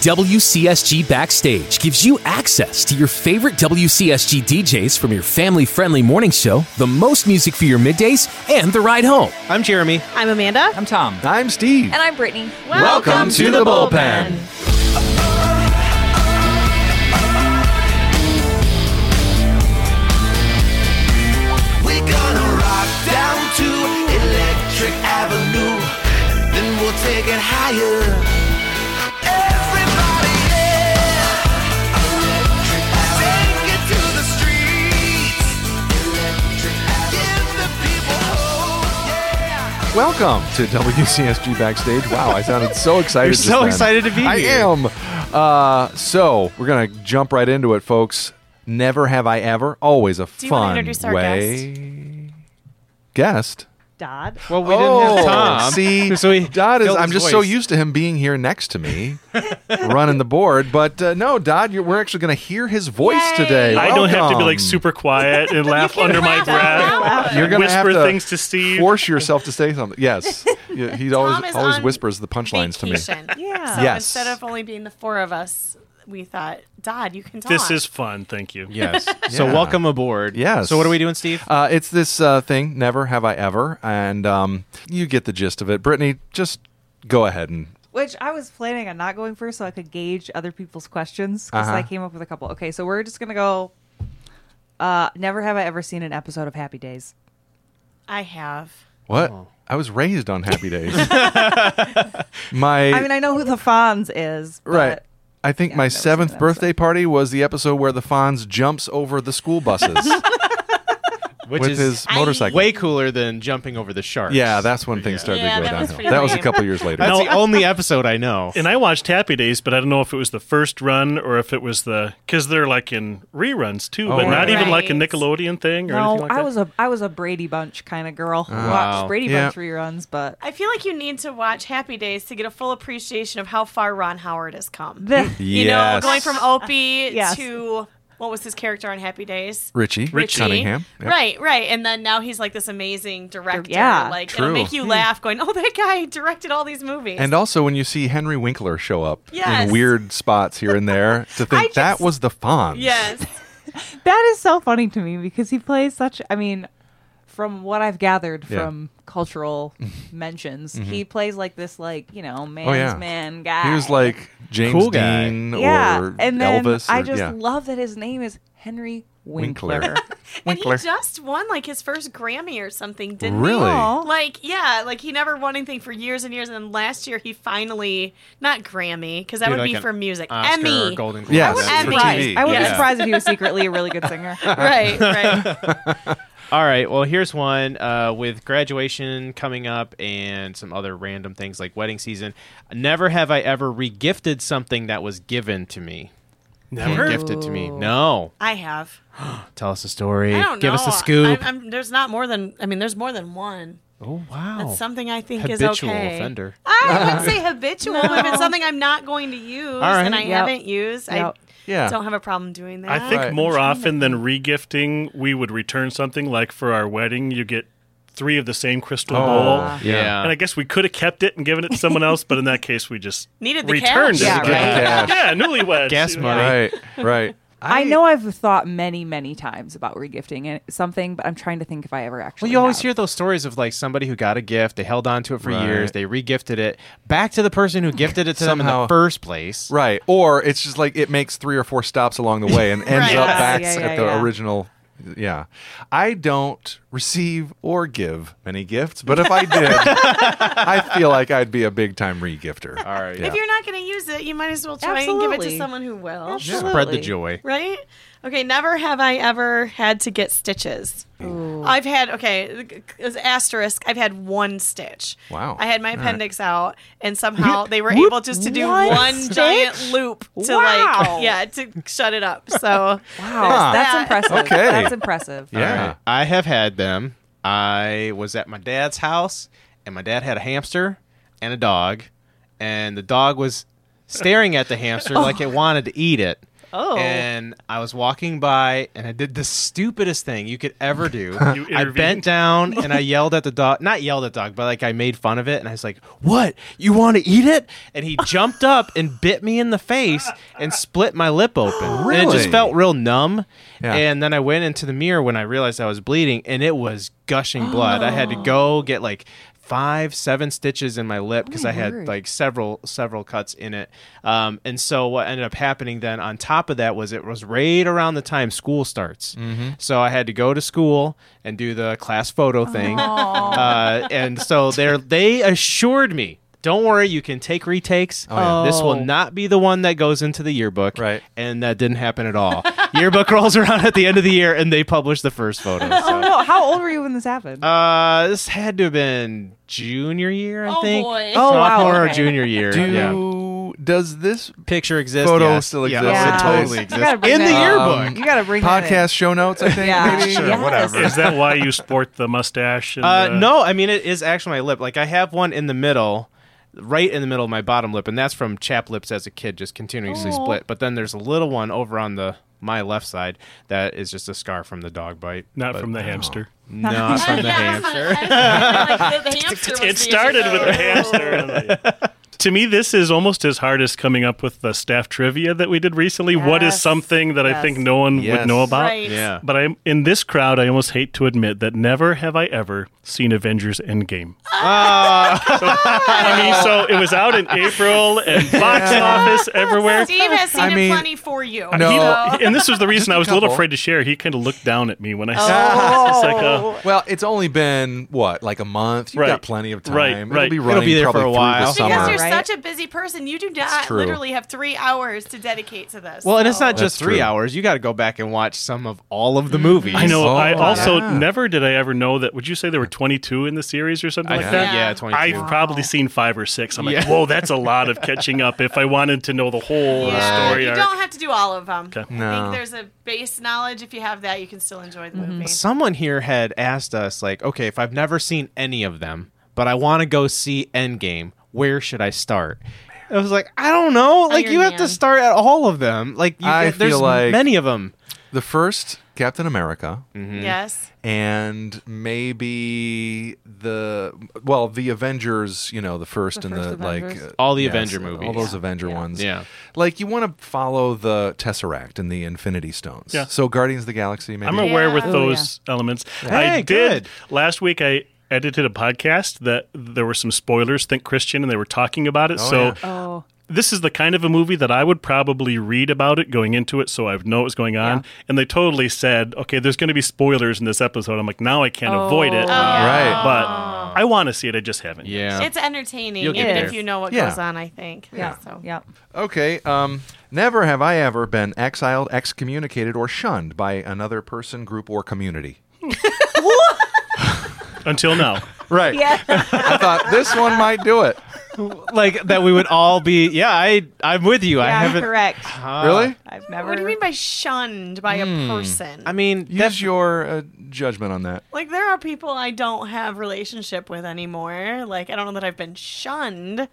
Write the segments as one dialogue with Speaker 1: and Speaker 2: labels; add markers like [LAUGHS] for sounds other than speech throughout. Speaker 1: WCSG Backstage gives you access to your favorite WCSG DJs from your family friendly morning show, the most music for your middays, and the ride home.
Speaker 2: I'm Jeremy.
Speaker 3: I'm Amanda.
Speaker 4: I'm Tom.
Speaker 5: I'm Steve.
Speaker 6: And I'm Brittany.
Speaker 2: Welcome, Welcome to, to the bullpen. bullpen.
Speaker 7: take it higher. Everybody, yeah. Take it to the streets. Give the people hope. Yeah.
Speaker 5: Welcome to WCSG Backstage. Wow, I sounded so excited.
Speaker 2: [LAUGHS] You're so
Speaker 5: then.
Speaker 2: excited to be
Speaker 5: I
Speaker 2: here.
Speaker 5: am. Uh, so we're gonna jump right into it, folks. Never have I ever. Always a
Speaker 3: Do you wanna
Speaker 5: fun
Speaker 3: introduce our
Speaker 5: way. Guest. Oh,
Speaker 3: Dodd.
Speaker 2: Well, we didn't have Tom. [LAUGHS]
Speaker 5: See,
Speaker 2: so we
Speaker 5: Dodd is.
Speaker 2: filled
Speaker 5: I'm
Speaker 2: his
Speaker 5: just so
Speaker 2: voice.
Speaker 5: used to him being here next to
Speaker 2: [LAUGHS]
Speaker 5: me, running the board. But uh, no, Dodd, you're, we're actually going to hear his voice
Speaker 3: Yay.
Speaker 5: today.
Speaker 8: I don't have to be
Speaker 5: Welcome.
Speaker 8: like super quiet and laugh
Speaker 3: can
Speaker 8: under my [LAUGHS]
Speaker 3: laugh out
Speaker 8: breath.
Speaker 5: You're gonna
Speaker 8: whisper
Speaker 5: have to
Speaker 8: things to Steve.
Speaker 5: Force yourself to say something.
Speaker 3: [LAUGHS]
Speaker 5: Yes, Yeah, he always
Speaker 3: is
Speaker 5: always
Speaker 3: on
Speaker 5: whispers the punchlines to me.
Speaker 3: Vacation. yeah. So
Speaker 5: Yes.
Speaker 3: instead of only being the four of us, we thought, Dodd, you can talk.
Speaker 8: this is fun. Thank you.
Speaker 5: Yes.
Speaker 2: So
Speaker 5: Yeah.
Speaker 2: welcome aboard.
Speaker 5: Yes.
Speaker 2: So what are we doing, Steve?
Speaker 5: Uh, it's this uh, thing. Never have I ever, and um, you get the gist of it. Brittany, just go ahead and
Speaker 4: Which I was planning on not going first so I could gauge other people's questions because
Speaker 5: Uh-huh.
Speaker 4: I came up with a couple. Okay, so we're just going to go. Uh, never have I ever seen an episode of Happy Days.
Speaker 3: I have.
Speaker 5: what. I was raised on Happy Days. My
Speaker 4: I mean, I know who the Fonz is. but-
Speaker 5: Right. I think my
Speaker 4: I've never seen
Speaker 5: seventh
Speaker 4: that,
Speaker 5: birthday party was the episode where the Fonz jumps over the school
Speaker 3: [LAUGHS]
Speaker 5: buses Uh,
Speaker 2: Which
Speaker 5: with
Speaker 2: is
Speaker 5: his
Speaker 3: I-
Speaker 5: motorcycle.
Speaker 2: way cooler than jumping over the sharks.
Speaker 5: yeah, that's when things started to go
Speaker 3: Yeah, that was
Speaker 5: downhill.
Speaker 3: pretty
Speaker 5: that was a
Speaker 3: lame.
Speaker 5: couple years later.
Speaker 2: That's
Speaker 8: No.
Speaker 2: the only episode I know.
Speaker 8: And I watched Happy Days, but I don't know if it was the first run or if it was the because they're like in reruns too, but
Speaker 5: right.
Speaker 8: not even like a
Speaker 3: Right.
Speaker 8: Nickelodeon thing or
Speaker 4: No,
Speaker 8: anything like that.
Speaker 4: I was a I was a Brady Bunch kind of girl. who
Speaker 2: Wow.
Speaker 4: Watched Brady
Speaker 5: Oh, Yeah.
Speaker 4: Bunch reruns, but
Speaker 3: I feel like you need to watch Happy Days to get a full appreciation of how far Ron Howard has come. you know,
Speaker 5: Yes.
Speaker 3: going from Opie
Speaker 4: Yes.
Speaker 3: to what was his character on Happy Days?
Speaker 5: Richie,
Speaker 3: Richie.
Speaker 5: Cunningham. Yep.
Speaker 3: Right, right. And then now he's like this amazing director.
Speaker 4: Yeah. Hmm.
Speaker 3: Like
Speaker 5: True.
Speaker 3: it'll make you laugh going, Oh, that guy directed all these movies.
Speaker 5: And also when you see Henry Winkler show up
Speaker 3: Yes.
Speaker 5: in weird spots here and there, to think
Speaker 3: just-
Speaker 5: that was the Fonz.
Speaker 2: [LAUGHS]
Speaker 3: yes.
Speaker 4: That is so funny to me because he plays such. I mean, from what I've gathered
Speaker 5: Yeah. Mm-hmm.
Speaker 4: from cultural
Speaker 5: [LAUGHS]
Speaker 4: mentions, he plays like this, like you know, man's
Speaker 5: Oh, yeah.
Speaker 4: man guy.
Speaker 5: He was like James
Speaker 2: Cool guy.
Speaker 5: Dean
Speaker 4: yeah,
Speaker 5: or
Speaker 4: and then
Speaker 5: Elvis.
Speaker 4: I
Speaker 5: or-
Speaker 4: just
Speaker 5: yeah.
Speaker 4: love that his name is Henry Winkler.
Speaker 5: Winkler.
Speaker 4: [LAUGHS]
Speaker 3: And
Speaker 5: Winkler.
Speaker 3: he just won like his first Grammy or something, didn't
Speaker 5: Really?
Speaker 3: he?
Speaker 4: Aw.
Speaker 3: Like, yeah, like he never won anything for years and years. And then last year he finally, not Grammy, because that
Speaker 2: Did,
Speaker 3: would
Speaker 2: like,
Speaker 3: be
Speaker 2: an
Speaker 3: for music.
Speaker 2: Oscar
Speaker 3: Emmy.
Speaker 2: or Golden Globe.
Speaker 5: Yes, I
Speaker 2: or
Speaker 3: would
Speaker 5: for
Speaker 3: advise-
Speaker 5: TV.
Speaker 4: I would be
Speaker 3: Yeah.
Speaker 4: surprised if he was secretly a
Speaker 2: [LAUGHS]
Speaker 4: really good singer.
Speaker 3: [LAUGHS] right, right.
Speaker 2: All right. Well, here's one uh, with graduation coming up and some other random things like wedding season. Never have I ever regifted something that was given to me.
Speaker 8: Never.
Speaker 2: Gifted to me. No.
Speaker 3: I have.
Speaker 2: Tell us a story.
Speaker 3: I don't
Speaker 2: Give
Speaker 3: know.
Speaker 2: us a scoop.
Speaker 3: I'm, I'm, there's not more than. I mean, there's more than one.
Speaker 2: oh, wow.
Speaker 3: That's something I think is
Speaker 2: Habitual
Speaker 3: okay.
Speaker 2: offender.
Speaker 3: I
Speaker 5: [LAUGHS]
Speaker 3: wouldn't say habitual, but if it's something I'm not going to use
Speaker 2: right.
Speaker 3: and I
Speaker 4: Yep.
Speaker 3: haven't used,
Speaker 4: Yep.
Speaker 5: Yeah.
Speaker 3: I don't have a problem doing that.
Speaker 8: I think
Speaker 5: Right.
Speaker 8: more often than regifting, we would return something like for our wedding, you get three of the same crystal bowl.
Speaker 5: yeah.
Speaker 2: Yeah.
Speaker 8: And I guess we could have kept it and given it to someone else, but in that case, we just
Speaker 3: Needed the
Speaker 8: returned
Speaker 3: cash. Yeah,
Speaker 8: it.
Speaker 5: right.
Speaker 8: again. [LAUGHS] yeah, newlyweds.
Speaker 2: Gas
Speaker 8: You know.
Speaker 2: money.
Speaker 5: Right, right.
Speaker 4: I know I've thought many, many times about regifting it- something, but I'm trying to think if I ever actually.
Speaker 2: Well, you always
Speaker 4: have.
Speaker 2: hear those stories of like somebody who got a gift, they held on to it for
Speaker 5: Right.
Speaker 2: years, they regifted it back to the person who gifted it to them in
Speaker 5: Somehow.
Speaker 2: the first place.
Speaker 5: Right. Or it's just like it makes three or four stops along the way
Speaker 4: [LAUGHS]
Speaker 5: and ends
Speaker 3: Right.
Speaker 5: up
Speaker 3: Yeah,
Speaker 5: back
Speaker 4: yeah,
Speaker 5: at
Speaker 4: yeah,
Speaker 5: the
Speaker 4: yeah.
Speaker 5: original. Yeah. I don't receive or give many gifts, but if I
Speaker 4: [LAUGHS]
Speaker 5: did, I feel like I'd be a big time regifter.
Speaker 2: All right.
Speaker 3: If you're not going to use it, you might as well try and give it
Speaker 4: Absolutely.
Speaker 3: to someone who will.
Speaker 2: Spread the joy.
Speaker 3: Right? Okay, never have I ever had to get stitches. I've had, okay, it was asterisk, I've had one stitch.
Speaker 5: Wow.
Speaker 3: I had my
Speaker 5: All right.
Speaker 3: appendix out, and somehow they were able just to do
Speaker 4: One
Speaker 3: one,
Speaker 4: stitch?
Speaker 3: giant loop to
Speaker 4: Wow.
Speaker 3: like, yeah, to shut it up. So,
Speaker 4: Wow, that's
Speaker 3: that.
Speaker 4: impressive.
Speaker 5: Okay.
Speaker 4: That's impressive.
Speaker 5: Yeah.
Speaker 2: All right. I have had them. I was at my dad's house, and my dad had a hamster and
Speaker 5: [LAUGHS]
Speaker 2: a dog, and the dog was staring at the hamster like it wanted to eat it.
Speaker 3: Oh.
Speaker 2: And I was walking by and I did the stupidest thing you could ever do.
Speaker 5: [LAUGHS]
Speaker 2: I
Speaker 8: intervened?
Speaker 2: bent down and I yelled at the dog. Not yelled at the dog, but like I made fun of it. And I was like, What? You want to eat it? And he jumped up and bit me in the face and split my lip open. And it just
Speaker 5: Really?
Speaker 2: felt real numb.
Speaker 5: Yeah.
Speaker 2: And then I went into the mirror when I realized I was bleeding and it was gushing blood. I
Speaker 5: Oh.
Speaker 2: had to go get like five, seven stitches in my lip because I had
Speaker 4: word.
Speaker 2: like several, several cuts in it. Um, and so what ended up happening then on top of that was it was right around the time school starts.
Speaker 5: Mm-hmm.
Speaker 2: So I had to go to school and do the class
Speaker 3: Oh.
Speaker 2: photo thing. Uh, and so they they assured me. Don't worry, you can take retakes.
Speaker 5: Oh, yeah.
Speaker 2: This
Speaker 3: Oh.
Speaker 2: will not be the one that goes into the yearbook.
Speaker 5: Right.
Speaker 2: And that didn't happen at all. [LAUGHS] yearbook rolls around at the end of the year and they publish the first photo.
Speaker 3: [LAUGHS]
Speaker 4: Oh no! How old were you when this happened?
Speaker 2: Uh, this had to have been junior year, I
Speaker 3: Oh,
Speaker 2: think.
Speaker 3: boy.
Speaker 2: Oh,
Speaker 3: Oh,
Speaker 4: wow,
Speaker 2: Sophomore or
Speaker 4: okay.
Speaker 2: junior year.
Speaker 5: Do
Speaker 2: yeah.
Speaker 5: does this
Speaker 2: Picture exists.
Speaker 5: Photo
Speaker 2: yes.
Speaker 5: still
Speaker 2: Yeah,
Speaker 5: exists.
Speaker 2: It
Speaker 5: Yeah.
Speaker 2: totally
Speaker 5: You
Speaker 2: exists.
Speaker 4: gotta bring
Speaker 2: In the
Speaker 4: that
Speaker 2: yearbook.
Speaker 5: Um,
Speaker 4: you got to bring That in.
Speaker 5: podcast show notes? I think
Speaker 4: Yeah.
Speaker 5: maybe
Speaker 4: Sure,
Speaker 5: or whatever.
Speaker 8: Is that why you sport the mustache? And
Speaker 2: Uh,
Speaker 8: the-
Speaker 2: no, I mean it is actually my lip. Like I have one in the middle, right in the middle of my bottom lip, and that's from chap lips as a kid, just continuously split. But then there's a little one over on the my left side that is just a scar from the dog bite.
Speaker 8: not
Speaker 2: But-
Speaker 8: from the hamster.
Speaker 2: not from the [LAUGHS] hamster.
Speaker 8: [LAUGHS] It started with a hamster.
Speaker 4: [LAUGHS]
Speaker 5: [LAUGHS]
Speaker 8: to me, this is almost as hard as coming up with the staff trivia that we did recently. What is
Speaker 4: Yes.
Speaker 8: something that I
Speaker 4: Yes.
Speaker 8: think no one
Speaker 5: Yes.
Speaker 8: would know about?
Speaker 3: Right.
Speaker 2: Oh, Yeah.
Speaker 8: But I'm in this crowd. I almost hate to admit that never have I ever seen Avengers Endgame.
Speaker 5: Ah.
Speaker 8: So, [LAUGHS] I mean, so it was out in April and box office everywhere.
Speaker 3: Steve has seen
Speaker 5: I
Speaker 3: it
Speaker 5: mean,
Speaker 3: plenty for you.
Speaker 5: No.
Speaker 8: He- and this was the reason I was a little
Speaker 5: couple.
Speaker 8: afraid to share. He kind of looked down at me when I
Speaker 4: Oh.
Speaker 8: saw it. It's like, uh,
Speaker 5: Well, it's only been what, like a month. You've
Speaker 8: Right.
Speaker 5: got plenty of time.
Speaker 8: Right,
Speaker 5: It'll
Speaker 8: right.
Speaker 5: be
Speaker 8: It'll
Speaker 5: running
Speaker 2: be there for
Speaker 5: probably
Speaker 2: a
Speaker 5: through
Speaker 2: while.
Speaker 5: The summer.
Speaker 3: Because you're
Speaker 4: Right?
Speaker 3: such a busy person, you do not
Speaker 5: true.
Speaker 3: literally have three hours to dedicate to this.
Speaker 2: Well, and it's not
Speaker 5: That's
Speaker 2: just three
Speaker 5: true.
Speaker 2: hours. You got to go back and watch some of all of the movies.
Speaker 8: I know.
Speaker 5: Oh,
Speaker 8: I also
Speaker 5: yeah.
Speaker 8: never did I ever know that. Would you say there were 22 in the series or something
Speaker 2: I
Speaker 8: like
Speaker 2: think,
Speaker 8: that?
Speaker 2: yeah, 22.
Speaker 8: I've probably seen five or six. I'm like,
Speaker 2: Yeah.
Speaker 8: whoa, that's a lot of catching up. If I wanted to know the whole
Speaker 3: Yeah,
Speaker 8: story,
Speaker 3: you
Speaker 8: arc.
Speaker 3: don't have to do all of them. I
Speaker 5: No.
Speaker 3: think there's a base knowledge. If you have that, you can still enjoy the movie.
Speaker 2: someone here had asked us like okay if i've never seen any of them but i want to go see endgame where should i start i was like i don't know like
Speaker 3: Iron
Speaker 2: you have to
Speaker 3: Man.
Speaker 2: start at all of them like you,
Speaker 5: I
Speaker 2: there's
Speaker 5: feel like-
Speaker 2: many of them
Speaker 5: The first Captain America
Speaker 2: Mm-hmm.
Speaker 3: Yes.
Speaker 5: and maybe the well, the Avengers, you know, the first
Speaker 4: The
Speaker 5: and
Speaker 4: first
Speaker 5: the
Speaker 4: Avengers.
Speaker 5: like uh,
Speaker 2: All the Avenger
Speaker 5: All
Speaker 2: movies.
Speaker 5: those Avenger ones.
Speaker 2: Yeah.
Speaker 5: Like you want to follow the Tesseract and the Infinity Stones.
Speaker 8: Yeah.
Speaker 5: So Guardians of the Galaxy maybe.
Speaker 8: I'm aware
Speaker 3: Yeah.
Speaker 8: with
Speaker 3: Oh,
Speaker 8: those elements. I
Speaker 2: Hey,
Speaker 8: did
Speaker 2: good.
Speaker 8: last week. I edited a podcast that there were some spoilers. Think Christian, and they were talking about it. so
Speaker 5: yeah.
Speaker 4: Oh,
Speaker 8: this is the kind of a movie that I would probably read about it going into it, so I know what's going on. And they totally said, "Okay, there's going to be spoilers in this episode." I'm like, now I can't
Speaker 3: Oh.
Speaker 8: avoid it.
Speaker 5: Right.
Speaker 8: But I want to see it. I just haven't.
Speaker 2: yeah
Speaker 3: It's entertaining,
Speaker 2: You'll
Speaker 3: even
Speaker 2: get there.
Speaker 3: if you know what
Speaker 5: Yeah.
Speaker 3: goes on, I think.
Speaker 4: yeah.
Speaker 3: So.
Speaker 2: [LAUGHS]
Speaker 4: Yeah.
Speaker 5: Okay. Um, never have I ever been exiled, excommunicated, or shunned by another person, group, or community. [LAUGHS]
Speaker 8: Until now,
Speaker 5: Right.
Speaker 4: Yeah.
Speaker 5: I thought this one might do it.
Speaker 2: like that we would all be yeah i i'm with you i
Speaker 4: yeah [LAUGHS]
Speaker 2: haven't
Speaker 4: correct.
Speaker 2: Ah.
Speaker 5: really?
Speaker 4: I've never.
Speaker 3: What do you mean by shunned by
Speaker 2: Hmm.
Speaker 3: a person?
Speaker 2: i mean
Speaker 5: Use
Speaker 2: that's
Speaker 5: your uh, judgment on that.
Speaker 3: like there are people I don't have relationship with anymore. Like I don't know that I've been shunned,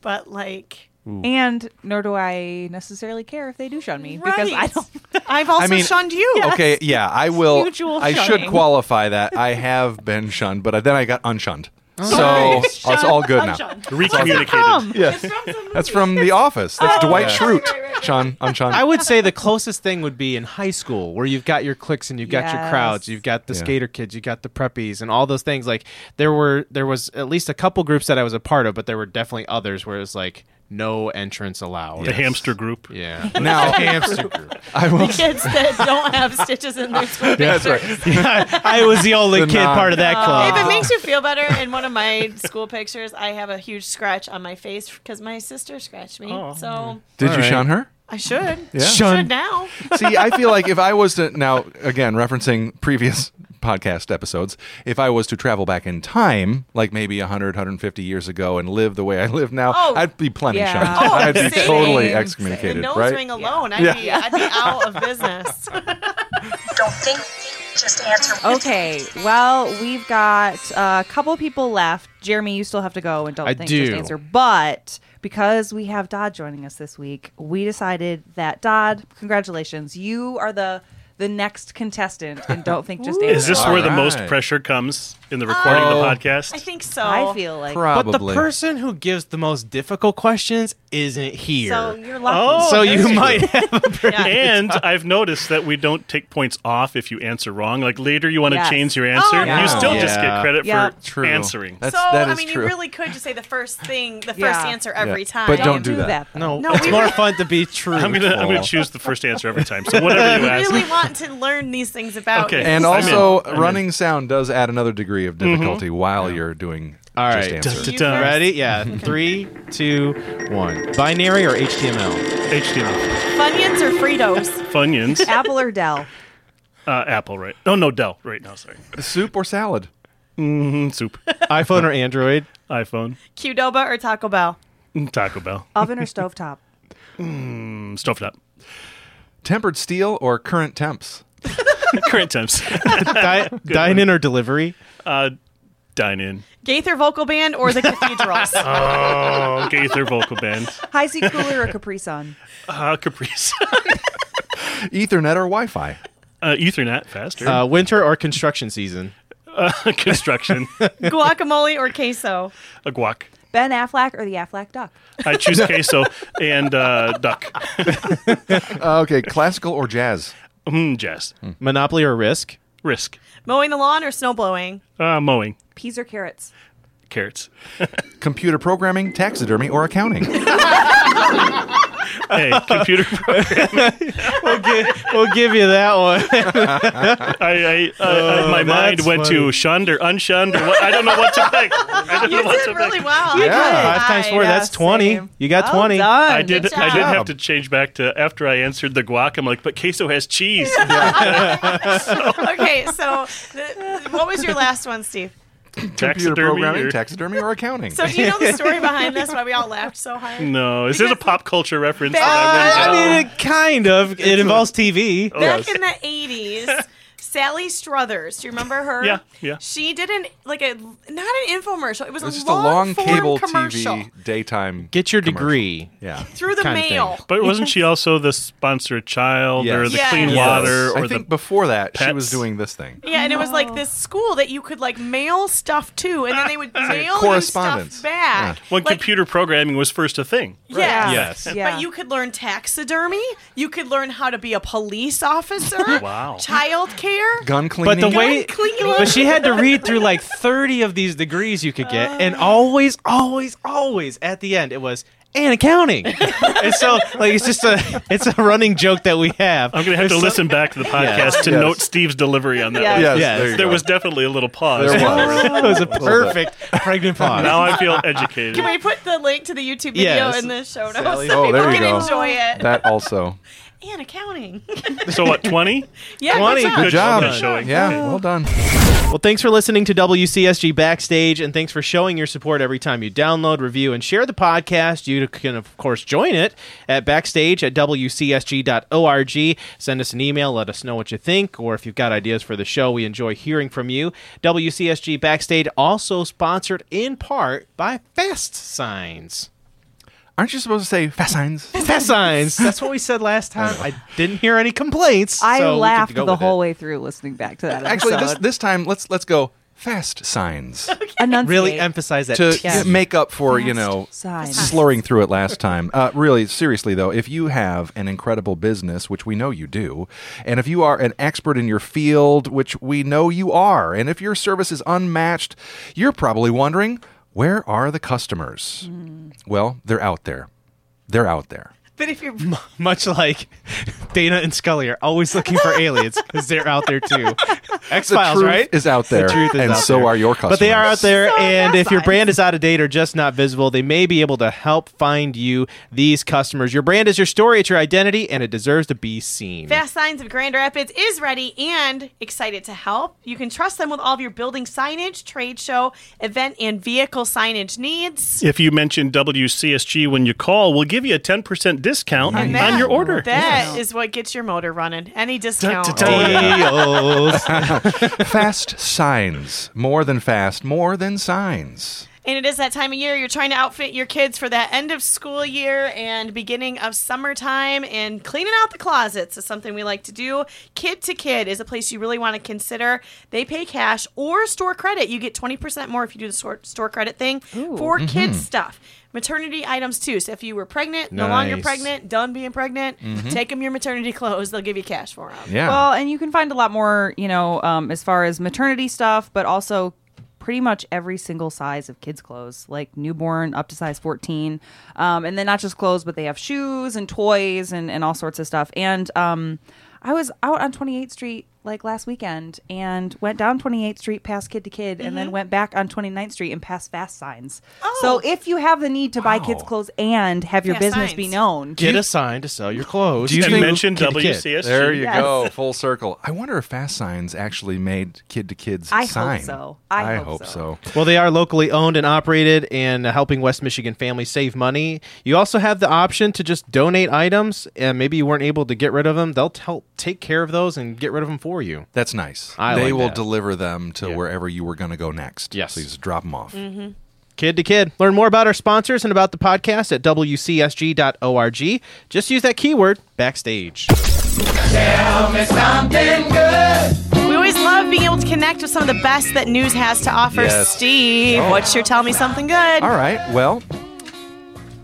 Speaker 3: but
Speaker 5: [LAUGHS]
Speaker 3: like
Speaker 4: And nor do I necessarily care if they do shun me because I
Speaker 3: Right.
Speaker 4: don't.
Speaker 3: I've also
Speaker 5: I mean,
Speaker 3: shunned you.
Speaker 5: Okay. Yeah. I will.
Speaker 4: Mutual
Speaker 5: I should
Speaker 4: shunning.
Speaker 5: qualify that. I have been shunned, but then I got unshunned. So oh, it's
Speaker 3: Shunned,
Speaker 5: all good now.
Speaker 3: unshunned.
Speaker 8: recommunicated.
Speaker 5: That's from The Office. That's Dwight Schrute. Shun, unshunned.
Speaker 2: I would say the closest thing would be in high school, where you've got your cliques and you've got your
Speaker 4: Yes.
Speaker 2: crowds, you've got the
Speaker 5: Yeah.
Speaker 2: skater kids, you've got the preppies, and all those things. Like there were, there was at least a couple groups that I was a part of, but there were definitely others where it was like no entrance allowed.
Speaker 8: the hamster group.
Speaker 2: Yeah.
Speaker 5: now
Speaker 2: [LAUGHS] hamster group.
Speaker 5: I will.
Speaker 3: Kids that don't have stitches in their sweatpants.
Speaker 5: [LAUGHS] That's right.
Speaker 2: I was the only
Speaker 5: The
Speaker 2: kid
Speaker 5: non-
Speaker 2: part of that club.
Speaker 3: If it makes you feel better, in one of my school pictures, I have a huge scratch on my face because my sister scratched me. So
Speaker 5: Did
Speaker 2: All
Speaker 5: you
Speaker 2: right.
Speaker 5: shun her?
Speaker 3: I should.
Speaker 5: Oh, Yeah.
Speaker 3: Should now.
Speaker 5: See, I feel like if I was to now again referencing previous podcast episodes, if I was to travel back in time, like maybe 100, 150 years ago and live the way I live now,
Speaker 3: Oh.
Speaker 5: I'd be plenty
Speaker 4: Yeah.
Speaker 5: shunned.
Speaker 4: Oh,
Speaker 5: I'd be
Speaker 3: same.
Speaker 5: totally
Speaker 4: Same.
Speaker 3: The
Speaker 5: excommunicated,
Speaker 3: nose
Speaker 5: right?
Speaker 3: ring alone, I'd, be, I'd be out of business.
Speaker 6: Don't think, just answer.
Speaker 4: Okay. Well, we've uh, got a couple people left. Jeremy, you still have to go and don't
Speaker 2: I
Speaker 4: think
Speaker 2: do.
Speaker 4: just answer. But because we have Dodd joining us this week, we decided that Dodd, congratulations, you are the the next contestant. And don't think just
Speaker 8: Is this
Speaker 4: Amazon.
Speaker 8: where the most
Speaker 5: Alright.
Speaker 8: pressure comes in the recording
Speaker 5: Oh.
Speaker 8: of the podcast?
Speaker 3: I think so.
Speaker 4: [LAUGHS] I feel like
Speaker 5: Probably.
Speaker 2: But the person who gives the most difficult questions isn't here.
Speaker 3: so. You're lucky.
Speaker 8: Oh,
Speaker 2: So you
Speaker 8: okay.
Speaker 2: might have a pretty
Speaker 8: And I've noticed that we don't take points off if you answer wrong. Like later, you want to
Speaker 4: Yes.
Speaker 8: change your answer,
Speaker 3: Oh,
Speaker 8: you still just
Speaker 2: Yeah.
Speaker 8: get credit
Speaker 4: Yeah.
Speaker 8: for
Speaker 5: True.
Speaker 8: answering.
Speaker 5: That's,
Speaker 3: so
Speaker 5: that
Speaker 3: I
Speaker 5: is
Speaker 3: mean,
Speaker 5: true.
Speaker 3: you really could just say the first thing, the first
Speaker 4: Yeah.
Speaker 3: answer every
Speaker 5: Yeah.
Speaker 3: time.
Speaker 5: But don't
Speaker 4: don't
Speaker 5: do
Speaker 4: do
Speaker 5: that.
Speaker 4: that.
Speaker 2: [LAUGHS] No,
Speaker 3: No,
Speaker 2: it's
Speaker 3: we-
Speaker 2: more fun to be true.
Speaker 8: I'm gonna I'm gonna choose the first answer every time. So
Speaker 3: [LAUGHS]
Speaker 8: whatever you
Speaker 3: We
Speaker 8: ask,
Speaker 3: really want to learn these things about
Speaker 8: Okay.
Speaker 3: you.
Speaker 5: and
Speaker 8: I'm
Speaker 5: also,
Speaker 8: in. I'm in.
Speaker 5: running sound does add another degree of difficulty while you're doing
Speaker 2: All
Speaker 5: just
Speaker 2: right.
Speaker 8: [LAUGHS]
Speaker 5: answer.
Speaker 3: You
Speaker 8: Dun.
Speaker 3: first.
Speaker 2: Ready?
Speaker 3: [LAUGHS]
Speaker 2: Yeah. Three, two, one. Binary or HTML?
Speaker 8: HTML,
Speaker 3: Funyuns or Fritos? [LAUGHS]
Speaker 8: Funyuns,
Speaker 4: Apple or Dell.
Speaker 8: uh, Apple, right? No, no, Dell, right now. Sorry,
Speaker 5: Soup or salad?
Speaker 3: [LAUGHS]
Speaker 8: Mm, soup,
Speaker 2: iPhone or [LAUGHS] Android?
Speaker 8: iPhone,
Speaker 3: Qdoba or Taco Bell?
Speaker 8: Mm, Taco Bell,
Speaker 4: Oven or stovetop.
Speaker 8: Mm, stuffed up, [LAUGHS]
Speaker 5: Tempered steel or current temps?
Speaker 8: current temps,
Speaker 2: Di- dine in or delivery?
Speaker 8: uh, [LAUGHS] dine in,
Speaker 3: Gaither Vocal Band or the
Speaker 2: [LAUGHS]
Speaker 3: Cathedrals?
Speaker 2: Uh.
Speaker 8: oh, Gaither vocal band,
Speaker 4: High C cooler or Capri Sun.
Speaker 8: uh, Caprice,
Speaker 5: Ethernet or Wi Fi?
Speaker 8: [LAUGHS] uh, Ethernet, faster,
Speaker 2: Uh, winter or construction season?
Speaker 8: [LAUGHS] construction,
Speaker 3: Guacamole or queso?
Speaker 8: a guac.
Speaker 4: Ben Affleck or the Affleck Duck.
Speaker 8: I choose queso and uh, duck.
Speaker 5: Uh, okay, classical or jazz?
Speaker 8: Mm, jazz.
Speaker 2: Hmm. Monopoly or risk?
Speaker 8: Risk.
Speaker 3: Mowing the lawn or snow
Speaker 2: [LAUGHS]
Speaker 3: blowing?
Speaker 8: Uh, mowing.
Speaker 4: Peas or carrots.
Speaker 8: Carrots.
Speaker 5: Computer programming, taxidermy, or accounting?
Speaker 8: Hey, computer. [LAUGHS] pro-
Speaker 2: We'll give you that [LAUGHS] one.
Speaker 8: I, I, I, I, my mind
Speaker 2: that's
Speaker 8: went to
Speaker 2: funny.
Speaker 8: shunned or unshunned. Or what, I don't know what to pick. I
Speaker 3: [LAUGHS]
Speaker 8: don't
Speaker 3: You
Speaker 8: know what
Speaker 3: did
Speaker 8: to
Speaker 3: really
Speaker 8: pick.
Speaker 3: well.
Speaker 5: Yeah.
Speaker 3: I-
Speaker 2: Five times four,
Speaker 3: yeah,
Speaker 2: that's 20.
Speaker 3: same.
Speaker 2: You got 20.
Speaker 4: done.
Speaker 8: [LAUGHS] I did.
Speaker 3: Good
Speaker 8: I did
Speaker 3: job.
Speaker 8: have to change back to after I answered the guac. I'm like, but queso has cheese.
Speaker 3: okay, so the, what was your last one, Steve?
Speaker 5: Computer
Speaker 8: Taxidermy
Speaker 5: programming,
Speaker 8: or-
Speaker 5: taxidermy, or accounting?
Speaker 3: [LAUGHS] So do you know the story behind this? Why we all laughed so hard?
Speaker 8: No, this is a
Speaker 3: Because-
Speaker 8: pop culture reference.
Speaker 3: Back-
Speaker 8: That I
Speaker 2: I
Speaker 8: went
Speaker 2: mean, it kind of. It involves TV.
Speaker 3: Back
Speaker 8: yes.
Speaker 3: in the eighties, Sally Struthers. Do you remember her?
Speaker 8: Yeah, yeah.
Speaker 3: She did an like a not an infomercial. It was,
Speaker 5: it was just
Speaker 3: long
Speaker 5: a long
Speaker 3: form
Speaker 5: cable
Speaker 3: commercial
Speaker 5: TV daytime.
Speaker 2: Get your
Speaker 5: commercial.
Speaker 2: degree.
Speaker 5: Yeah.
Speaker 3: through the
Speaker 2: kind of thing.
Speaker 3: mail.
Speaker 8: But wasn't she also the sponsor of Child or
Speaker 5: Yes.
Speaker 8: the Clean
Speaker 3: Yes.
Speaker 8: Water or
Speaker 5: I think
Speaker 8: the?
Speaker 5: before that she
Speaker 8: pets.
Speaker 5: was doing this thing.
Speaker 3: Yeah, and it was like this school that you could like mail stuff to, and then they
Speaker 5: [LAUGHS]
Speaker 3: would mail
Speaker 5: correspondence.
Speaker 3: you stuff back.
Speaker 8: When
Speaker 3: Like,
Speaker 8: computer programming was first a thing.
Speaker 3: Yeah.
Speaker 2: Yes.
Speaker 4: Yeah.
Speaker 3: But you could learn taxidermy. You could learn how to be a police officer.
Speaker 8: Wow.
Speaker 3: Child care.
Speaker 5: Gun cleaning.
Speaker 2: But the way,
Speaker 3: cleaning.
Speaker 2: but she had to read through like 30 of these degrees you could get, and always, always, always at the end it was and accounting. and so, like, it's just a, it's a running joke that we have.
Speaker 8: I'm gonna have to [LAUGHS] listen back to
Speaker 3: [LAUGHS]
Speaker 8: the podcast to
Speaker 5: Yes.
Speaker 8: note Steve's delivery on that.
Speaker 4: Yes.
Speaker 8: one.
Speaker 5: Yes,
Speaker 2: Yes.
Speaker 5: there, you
Speaker 8: There
Speaker 5: go.
Speaker 8: was definitely a little [LAUGHS] pause.
Speaker 5: There was.
Speaker 2: It was a perfect pregnant pause.
Speaker 8: Now I feel educated.
Speaker 3: Can we put the link to the YouTube video
Speaker 2: Yes.
Speaker 3: in the show notes
Speaker 2: Sally-
Speaker 3: so
Speaker 5: Oh,
Speaker 3: people [LAUGHS]
Speaker 5: there you
Speaker 3: can
Speaker 5: go.
Speaker 3: enjoy it?
Speaker 5: that also.
Speaker 3: and accounting. [LAUGHS]
Speaker 8: So what? Twenty?
Speaker 3: yeah,
Speaker 2: Twenty,
Speaker 3: good
Speaker 5: Good job.
Speaker 3: job.
Speaker 2: good
Speaker 8: job showing.
Speaker 5: Yeah, well done.
Speaker 2: Well, thanks for listening to WCSG Backstage, and thanks for showing your support every time you download, review, and share the podcast. You can, of course, join it at backstage at WCSG.org. Send us an email, let us know what you think, or if you've got ideas for the show, we enjoy hearing from you. WCSG Backstage also sponsored in part by Fast Signs.
Speaker 5: Aren't you supposed to say fast
Speaker 3: [LAUGHS]
Speaker 5: signs?
Speaker 2: Fast Signs. That's what we said last time. I didn't hear any complaints.
Speaker 4: I
Speaker 2: so we could
Speaker 4: laughed
Speaker 2: go
Speaker 4: the
Speaker 2: with it.
Speaker 4: whole way through listening back to that.
Speaker 5: Actually, this,
Speaker 4: episode.
Speaker 5: this time let's let's go fast signs
Speaker 4: Enunciate.
Speaker 2: Really emphasize that.
Speaker 5: to
Speaker 2: T.
Speaker 4: Yeah.
Speaker 5: make up for you know
Speaker 4: signs.
Speaker 5: slurring through it last time. Uh, really, seriously though, if you have an incredible business, which we know you do, and if you are an expert in your field, which we know you are, and if your service is unmatched, you're probably wondering where are the customers? Well, they're out there. They're out there.
Speaker 3: But if
Speaker 8: [LAUGHS]
Speaker 3: you're
Speaker 2: [LAUGHS] much like Dana and Scully are always looking for aliens because they're out
Speaker 5: [LAUGHS]
Speaker 2: there too. X
Speaker 5: The
Speaker 2: Files,
Speaker 5: truth
Speaker 2: right?
Speaker 5: is out there,
Speaker 2: truth is
Speaker 5: and
Speaker 2: out
Speaker 5: so
Speaker 2: there.
Speaker 5: are your customers.
Speaker 2: But they are out there,
Speaker 3: So
Speaker 2: and if your
Speaker 3: that's
Speaker 2: brand is out of date or just not visible, they may be able to help find you these customers. Your brand is your story, it's your identity, and it deserves to be seen.
Speaker 3: Fast Signs of Grand Rapids is ready and excited to help. You can trust them with all of your building signage, trade show, event, and vehicle signage needs.
Speaker 8: If you mention WCSG when you call, we'll give you a ten percent discount
Speaker 5: Nice.
Speaker 8: on your order.
Speaker 3: That is what gets your motor running. Any
Speaker 8: [LAUGHS]
Speaker 3: discount.
Speaker 8: dun, dun.
Speaker 2: Deals.
Speaker 5: fast signs. More than fast, more than signs.
Speaker 3: And it is that time of year you're trying to outfit your kids for that end of school year and beginning of summertime, and cleaning out the closets is something we like to do. Kid to Kid is a place you really want to consider. They pay cash or store credit. You get 20% more if you do the store, store credit thing for
Speaker 5: Mm-hmm.
Speaker 3: kids stuff. Maternity items too. So if you were pregnant, no longer
Speaker 2: Nice.
Speaker 3: pregnant, done being pregnant, take them your maternity clothes. They'll give you cash for them.
Speaker 5: Mm-hmm. Yeah.
Speaker 4: Well, and you can find a lot more, you know, um, as far as maternity stuff, but also pretty much every single size of kids' clothes, like newborn up to size 14. Um, and then not just clothes, but they have shoes and toys and, and all sorts of stuff. And um, I was out on 28th Street like last weekend and went down 28th Street past kid to kid and then went back on 29th Street and past fast signs. So if you have the need to buy
Speaker 5: Wow.
Speaker 4: kids' clothes and have your
Speaker 3: Fast
Speaker 4: business
Speaker 3: signs.
Speaker 4: be known,
Speaker 2: Get a sign to sell your clothes.
Speaker 5: Do you
Speaker 2: to
Speaker 5: think-
Speaker 8: mention
Speaker 2: Kid to Kid.
Speaker 8: WCSG.
Speaker 5: There you
Speaker 4: Yes.
Speaker 5: go, full circle. I wonder if Fast Signs actually made Kid to Kids
Speaker 4: I hope
Speaker 5: sign.
Speaker 4: so. I hope
Speaker 5: hope so.
Speaker 4: so.
Speaker 2: Well, they are locally owned and operated and helping West Michigan families save money. You also have the option to just donate items and maybe you weren't able to get rid of them. They'll help take care of those and get rid of them for you.
Speaker 5: That's nice.
Speaker 2: I
Speaker 5: they
Speaker 2: like
Speaker 5: will
Speaker 2: that.
Speaker 5: deliver them to
Speaker 2: Yeah.
Speaker 5: wherever you were going to go next.
Speaker 2: Yes.
Speaker 5: So you just drop them off.
Speaker 4: Mm-hmm.
Speaker 2: Kid to kid. Learn more about our sponsors and about the podcast at wcsg.org. Just use that keyword backstage.
Speaker 3: We always love being able to connect with some of the best that news has to offer.
Speaker 5: Yes. Oh.
Speaker 3: Steve, what's your tell me something good?
Speaker 5: All right. Well,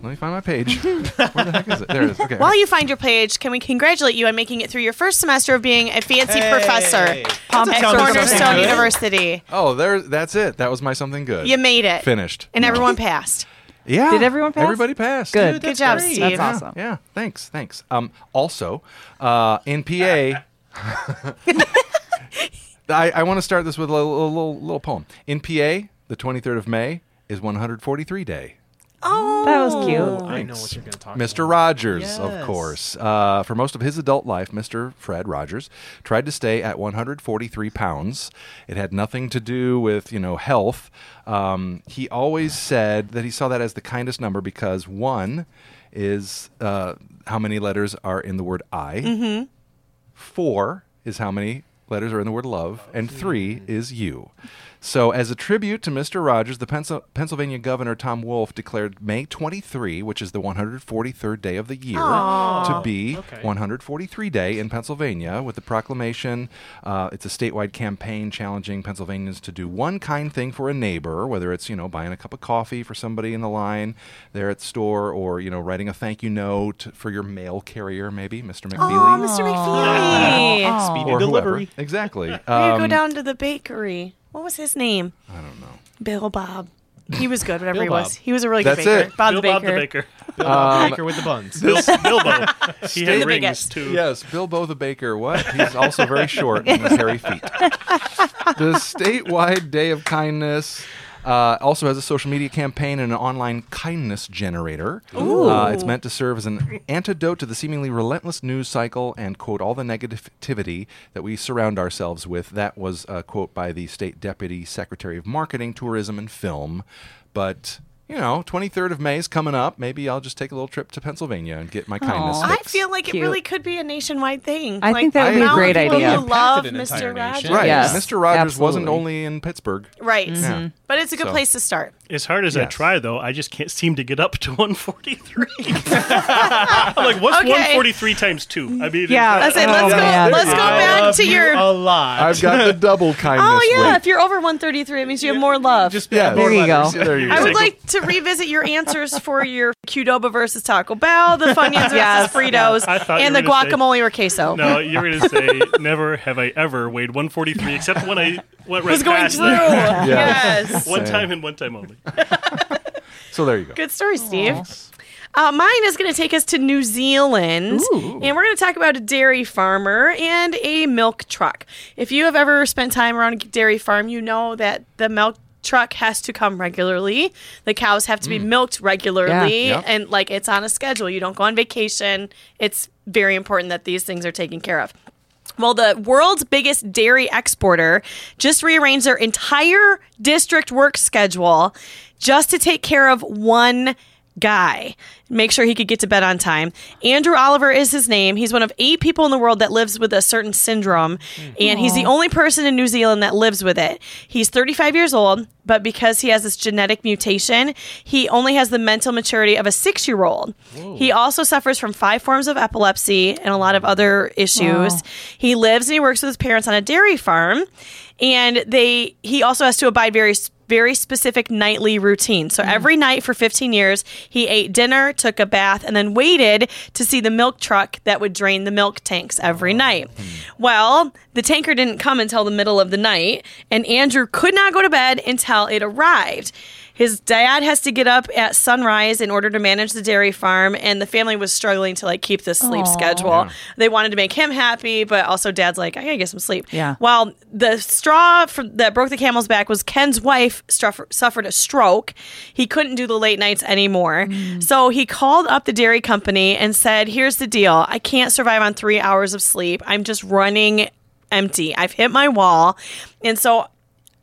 Speaker 5: let me find my
Speaker 4: [LAUGHS]
Speaker 5: page. Where the heck is it? There it is. Okay.
Speaker 3: While you find your page, can we congratulate you on making it through your first semester of being a fancy professor
Speaker 2: That's a
Speaker 3: at
Speaker 2: tell me something
Speaker 3: Cornerstone
Speaker 2: good.
Speaker 3: University?
Speaker 5: oh, there. That's it. That was my something good.
Speaker 3: You made it.
Speaker 5: Finished.
Speaker 3: And
Speaker 5: No.
Speaker 3: everyone passed.
Speaker 5: Yeah.
Speaker 4: Did everyone pass?
Speaker 5: Everybody passed.
Speaker 4: Good.
Speaker 5: Dude,
Speaker 3: Good job,
Speaker 2: great.
Speaker 3: Steve.
Speaker 4: that's awesome.
Speaker 5: Yeah. Thanks. Thanks. Um, also, uh, in PA. [LAUGHS] I, I want to start this with a little, little, little poem. In PA, the 23rd of May is 143 day.
Speaker 4: That was cute.
Speaker 2: I know what you're going to talk
Speaker 5: Mr. Rogers,
Speaker 2: Yes.
Speaker 5: of course. Uh, for most of his adult life, Mr. Fred Rogers tried to stay at 143 pounds. It had nothing to do with, you know, health. Um, he always said that he saw that as the kindest number because one is uh, how many letters are in the word I, four is how many letters are in the word love, and three is you. So, as a tribute to Mr. Rogers, the Pensil- Pennsylvania Governor Tom Wolf declared May 23, which is the 143rd day of the year, to be 143 Day in Pennsylvania with the proclamation. Uh, it's a statewide campaign challenging Pennsylvanians to do one kind thing for a neighbor, whether it's, you know, buying a cup of coffee for somebody in the line there at the store or, you know, writing a thank you note for your mail carrier, maybe, Mr. McNeely
Speaker 3: Oh, Mr. McFeely.
Speaker 2: Speedy
Speaker 5: or whoever.
Speaker 2: delivery.
Speaker 5: [LAUGHS] Exactly.
Speaker 3: We're
Speaker 5: Um,
Speaker 3: going to go down to the bakery. What was his name? I don't know. Bill Bob. He was good, whatever
Speaker 2: Bill
Speaker 3: he was.
Speaker 2: Bob.
Speaker 3: He was a really good
Speaker 5: That's
Speaker 3: baker.
Speaker 5: it.
Speaker 3: Bob
Speaker 8: Bill
Speaker 3: the
Speaker 8: Bob
Speaker 3: Baker.
Speaker 8: the Baker.
Speaker 2: Baker with the buns.
Speaker 8: Bill,
Speaker 3: [LAUGHS]
Speaker 8: Bilbo. He
Speaker 3: the
Speaker 8: had rings
Speaker 3: biggest.
Speaker 8: too.
Speaker 5: yes, Bilbo the Baker. What? He's also very short and with hairy
Speaker 3: [LAUGHS]
Speaker 5: feet. The statewide Day of Kindness. Uh, also has a social media campaign and an online kindness generator. Uh, it's meant to serve as an antidote to the seemingly relentless news cycle and quote all the negativity that we surround ourselves with. That was a quote by the state deputy secretary of marketing, tourism, and film. But you know, 23rd of May is coming up. Maybe I'll just take a little trip to Pennsylvania and get my kindness.
Speaker 4: Aw.
Speaker 3: I
Speaker 5: fix.
Speaker 3: feel like it
Speaker 4: Cute.
Speaker 3: really could be a nationwide thing.
Speaker 4: I
Speaker 3: Like,
Speaker 4: think that would
Speaker 5: be a
Speaker 3: amount of
Speaker 5: great
Speaker 3: people
Speaker 4: idea.
Speaker 3: who love
Speaker 2: Impacted an entire
Speaker 3: Mr. Rogers.
Speaker 2: nation.
Speaker 5: Right.
Speaker 4: Yes,
Speaker 5: Mr. Rogers wasn't
Speaker 4: absolutely.
Speaker 5: only in Pittsburgh.
Speaker 3: Right.
Speaker 5: Yeah.
Speaker 3: But it's a good
Speaker 5: So-
Speaker 3: place to start.
Speaker 8: As hard as I
Speaker 5: Yes.
Speaker 8: try, though, I just can't seem to get up to
Speaker 3: [LAUGHS]
Speaker 8: [LAUGHS] 143. I'm like, what's
Speaker 3: Okay.
Speaker 8: 143 times two? I mean, it's
Speaker 4: Yeah,
Speaker 8: not- um,
Speaker 3: I
Speaker 4: that's
Speaker 3: said,
Speaker 4: Oh,
Speaker 3: let's go.
Speaker 4: man.
Speaker 3: Let's go
Speaker 2: I
Speaker 3: back
Speaker 2: love
Speaker 3: to
Speaker 2: you
Speaker 3: your.
Speaker 2: a lot.
Speaker 5: I've got the double kindness.
Speaker 3: Oh yeah,
Speaker 5: weight.
Speaker 3: if you're over 133, it means you have more love.
Speaker 2: just
Speaker 5: Yeah,
Speaker 4: There you go.
Speaker 5: There you
Speaker 3: I
Speaker 5: go.
Speaker 3: would like to revisit your answers for your [LAUGHS] Qdoba versus Taco Bell, the Funyuns versus Fritos,
Speaker 8: I thought you
Speaker 3: and the
Speaker 8: were gonna say-
Speaker 3: guacamole or queso.
Speaker 8: No, you're going to say, never have I ever weighed 143, except when I
Speaker 3: It
Speaker 8: went right
Speaker 3: was going
Speaker 8: past
Speaker 3: through.
Speaker 8: it.
Speaker 3: [LAUGHS]
Speaker 8: [LAUGHS]
Speaker 3: yes.
Speaker 8: One time and one time only.
Speaker 5: so there you go.
Speaker 3: Good story, Steve. Uh, mine is going to take us to New Zealand, and we're going to talk about a dairy farmer and a milk truck. If you have ever spent time around a dairy farm, you know that the milk truck has to come regularly. The cows have to be milked regularly,
Speaker 5: Mm. Yeah. Yep.
Speaker 3: and like it's on a schedule. You don't go on vacation. It's very important that these things are taken care of. Well, the world's biggest dairy exporter just rearranged their entire district work schedule just to take care of one guy. Make sure he could get to bed on time. Andrew Oliver is his name. He's one of eight people in the world that lives with a certain syndrome, and he's the only person in New Zealand that lives with it. He's 35 years old, but because he has this genetic mutation, he only has the mental maturity of a six year old. He also suffers from five forms of epilepsy and a lot of other issues. He lives and he works with his parents on a dairy farm, and they he also has to abide very very specific nightly routine. So every night for 15 years, he ate dinner, took a bath, and then waited to see the milk truck that would drain the milk tanks every night. Well, the tanker didn't come until the middle of the night, and Andrew could not go to bed until it arrived. His dad has to get up at sunrise in order to manage the dairy farm, and the family was struggling to like keep this sleep schedule. They wanted to make him happy, but also dad's like, I gotta get some sleep.
Speaker 4: Yeah.
Speaker 3: Well, the straw for, that broke the camel's back was Ken's wife struff, suffered a stroke. He couldn't do the late nights anymore, so he called up the dairy company and said, "Here's the deal. I can't survive on three hours of sleep. I'm just running." Empty. I've hit my wall. And so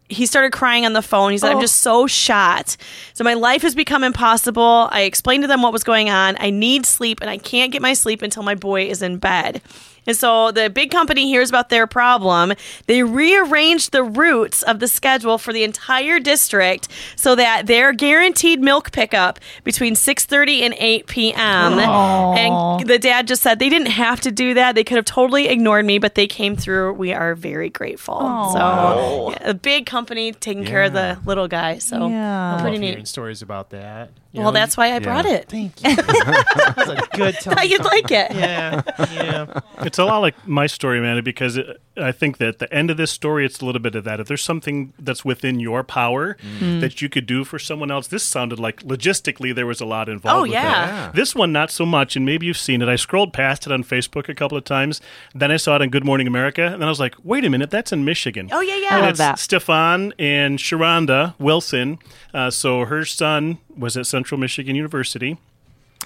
Speaker 3: he started crying on the phone. He said, I'm just so shot. So my life has become impossible. I explained to them what was going on. I need sleep and I can't get my sleep until my boy is in bed. And so the big company hears about their problem. They rearranged the routes of the schedule for the entire district so that their guaranteed milk pickup between 6:30 and 8 p.m.
Speaker 2: Oh.
Speaker 3: And the dad just said they didn't have to do that. They could have totally ignored me, but they came through. We are very grateful.
Speaker 2: Oh,
Speaker 3: So yeah, a big company taking care of the little guy. So
Speaker 4: Yeah.
Speaker 3: pretty
Speaker 2: Love
Speaker 3: neat.
Speaker 2: hearing stories about that. You
Speaker 3: Well,
Speaker 2: know,
Speaker 3: that's why I brought it.
Speaker 2: Thank you. That's a good
Speaker 3: Thought
Speaker 2: time.
Speaker 3: [LAUGHS] You'd like it.
Speaker 2: Yeah, yeah.
Speaker 8: It's a lot like my story, Amanda, because it, I think that at the end of this story, it's a little bit of that. If there's something that's within your power
Speaker 3: Mm.
Speaker 8: that you could do for someone else, this sounded like logistically there was a lot involved.
Speaker 3: Oh,
Speaker 8: with
Speaker 3: yeah.
Speaker 8: that. This one, not so much, and maybe you've seen it. I scrolled past it on Facebook a couple of times. Then I saw it on Good Morning America, and then I was like, wait a minute, that's in Michigan.
Speaker 3: Oh, yeah, yeah. I
Speaker 8: And
Speaker 4: love
Speaker 8: it's
Speaker 4: that.
Speaker 8: Stefan and Sharonda Wilson. Uh, so her son was at Central Michigan University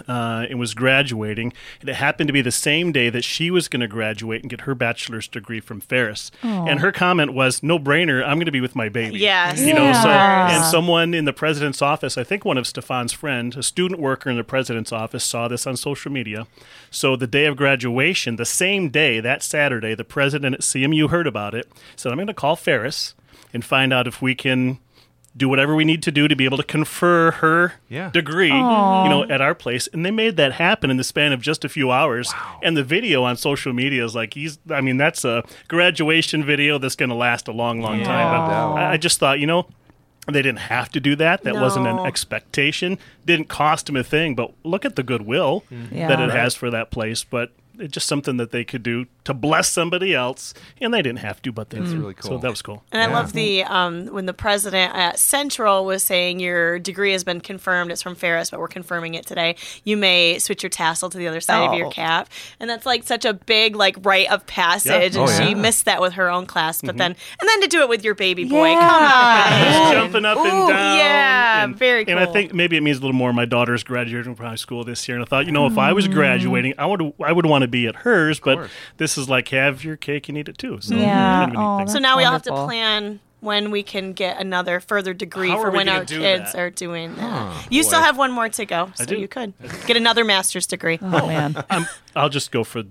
Speaker 8: uh, and was graduating. And it happened to be the same day that she was going to graduate and get her bachelor's degree from Ferris. And her comment was, "No brainer, I'm going to be with my baby."
Speaker 3: Yes.
Speaker 8: you know. So
Speaker 4: Yeah.
Speaker 8: and someone in the president's office, I think one of Stefan's friend, a student worker in the president's office, saw this on social media. So the day of graduation, the same day that Saturday, the president at CMU heard about it. Said, "I'm going to call Ferris and find out if we can." do whatever we need to do to be able to confer her
Speaker 5: Yeah.
Speaker 8: degree, you know, at our place. And they made that happen in the span of just a few hours. And the video on social media is like he's I mean, that's a graduation video that's gonna last a long, long time. But I, I just thought, you know, they didn't have to do that. That wasn't an
Speaker 3: No.
Speaker 8: expectation. Didn't cost him a thing, but look at the goodwill that
Speaker 5: Mm-hmm.
Speaker 4: Yeah.
Speaker 8: it has for that place. But it's just something that they could do to bless somebody else, and they didn't have to, but they did.
Speaker 5: really
Speaker 8: So
Speaker 5: cool.
Speaker 8: that was cool.
Speaker 3: And I love the um, when the president at Central was saying your degree has been confirmed. It's from Ferris, but we're confirming it today. You may switch your tassel to the other side of your
Speaker 4: Oh.
Speaker 3: cap, and that's like such a big like rite of passage.
Speaker 5: Yeah. Oh,
Speaker 3: And she
Speaker 5: yeah.
Speaker 3: missed that with her own class,
Speaker 8: Mm-hmm.
Speaker 3: but then and then to do it with your baby boy.
Speaker 4: Yeah.
Speaker 3: Come on.
Speaker 8: jumping up and
Speaker 3: Ooh,
Speaker 8: down.
Speaker 3: yeah,
Speaker 8: and,
Speaker 3: Uh, very
Speaker 8: And I
Speaker 3: cool.
Speaker 8: think maybe it means a little more. My daughter's graduating from high school this year, and I thought, you know, if I was graduating, I would I would want to be at hers. But this is like have your cake and eat it too. So [LAUGHS]
Speaker 4: Yeah.
Speaker 8: kind of a neat
Speaker 4: Aw,
Speaker 8: thing.
Speaker 3: So
Speaker 4: Oh, that's
Speaker 3: now we all have to
Speaker 4: wonderful.
Speaker 3: plan when we can get another further degree
Speaker 8: How
Speaker 3: for
Speaker 8: are we
Speaker 3: when
Speaker 8: gonna
Speaker 3: our
Speaker 8: do
Speaker 3: kids
Speaker 8: that?
Speaker 3: are doing that. you still have one more to go, so
Speaker 8: do.
Speaker 3: you
Speaker 8: [LAUGHS]
Speaker 3: could get another master's degree.
Speaker 4: Oh man.
Speaker 8: I'm, I'll just go for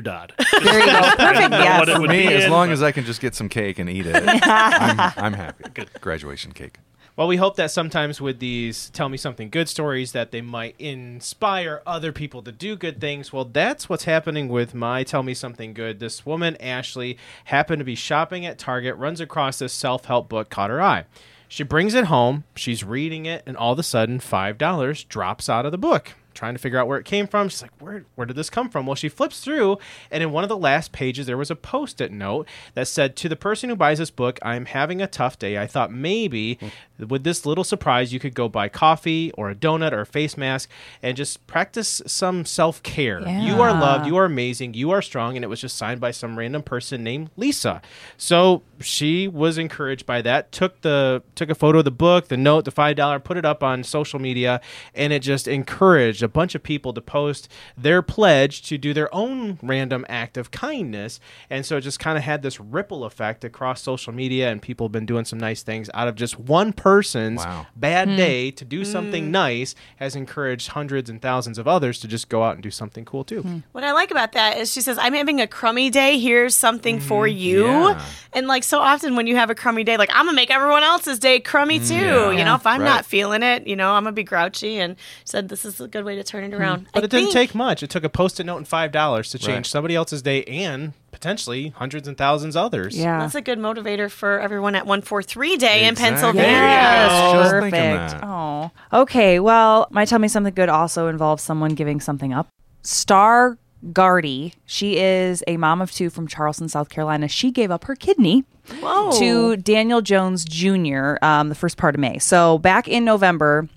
Speaker 2: [LAUGHS]
Speaker 8: Dodd.
Speaker 4: There you go. Perfect.
Speaker 8: what it
Speaker 4: Yes.
Speaker 8: would
Speaker 5: For me,
Speaker 8: be
Speaker 5: as
Speaker 8: in,
Speaker 5: long
Speaker 8: but-
Speaker 5: as I can just get some cake and eat it, I'm, I'm happy. Graduation cake.
Speaker 2: Well, we hope that sometimes with these tell me something good stories that they might inspire other people to do good things. Well, that's what's happening with my tell me something good. This woman, Ashley, happened to be shopping at Target, runs across this self-help book caught her eye. She brings it home, she's reading it, and all of a sudden $5 drops out of the book. Trying to figure out where it came from. She's like, where, where did this come from? Well, she flips through, and in one of the last pages, there was a post it note that said, To the person who buys this book, I'm having a tough day. I thought maybe with this little surprise, you could go buy coffee or a donut or a face mask and just practice some self care. You are loved. You are amazing. You are strong. And it was just signed by some random person named Lisa. So she was encouraged by that. Took the took a photo of the book, the note, the five dollar, put it up on social media, and it just encouraged a bunch of people to post their pledge to do their own random act of kindness. And so it just kind of had this ripple effect across social media, and people have been doing some nice things out of just one person's
Speaker 5: Wow.
Speaker 2: bad day to do something nice has encouraged hundreds and thousands of others to just go out and do something cool too.
Speaker 3: What I like about that is she says, I'm having a crummy day. Here's something for you.
Speaker 5: Mm-hmm. yeah.
Speaker 3: And like so often when you have a crummy day, like I'm going to make everyone else's day crummy too. You know, if
Speaker 5: Mm,
Speaker 3: I'm
Speaker 5: Right.
Speaker 3: not feeling it, you know, I'm going to be grouchy and said, this is a good way to turn it
Speaker 5: Hmm.
Speaker 3: around.
Speaker 2: But
Speaker 3: I
Speaker 2: it didn't
Speaker 3: think-
Speaker 2: take much. It took a post-it note and five dollars to change
Speaker 5: Right.
Speaker 2: somebody else's day and potentially hundreds and thousands others.
Speaker 4: Yeah.
Speaker 3: That's a good motivator for everyone at 143 Day in
Speaker 5: Exactly.
Speaker 3: Pennsylvania.
Speaker 5: There you go.
Speaker 4: Yes,
Speaker 5: I was thinking
Speaker 4: perfect.
Speaker 5: that.
Speaker 4: Oh, okay. Well, my tell me something good also involves someone giving something up. Star Gardy, she is a mom of two from Charleston, South Carolina. She gave up her kidney to Daniel Jones Jr. Um, the first part of May. So back in November,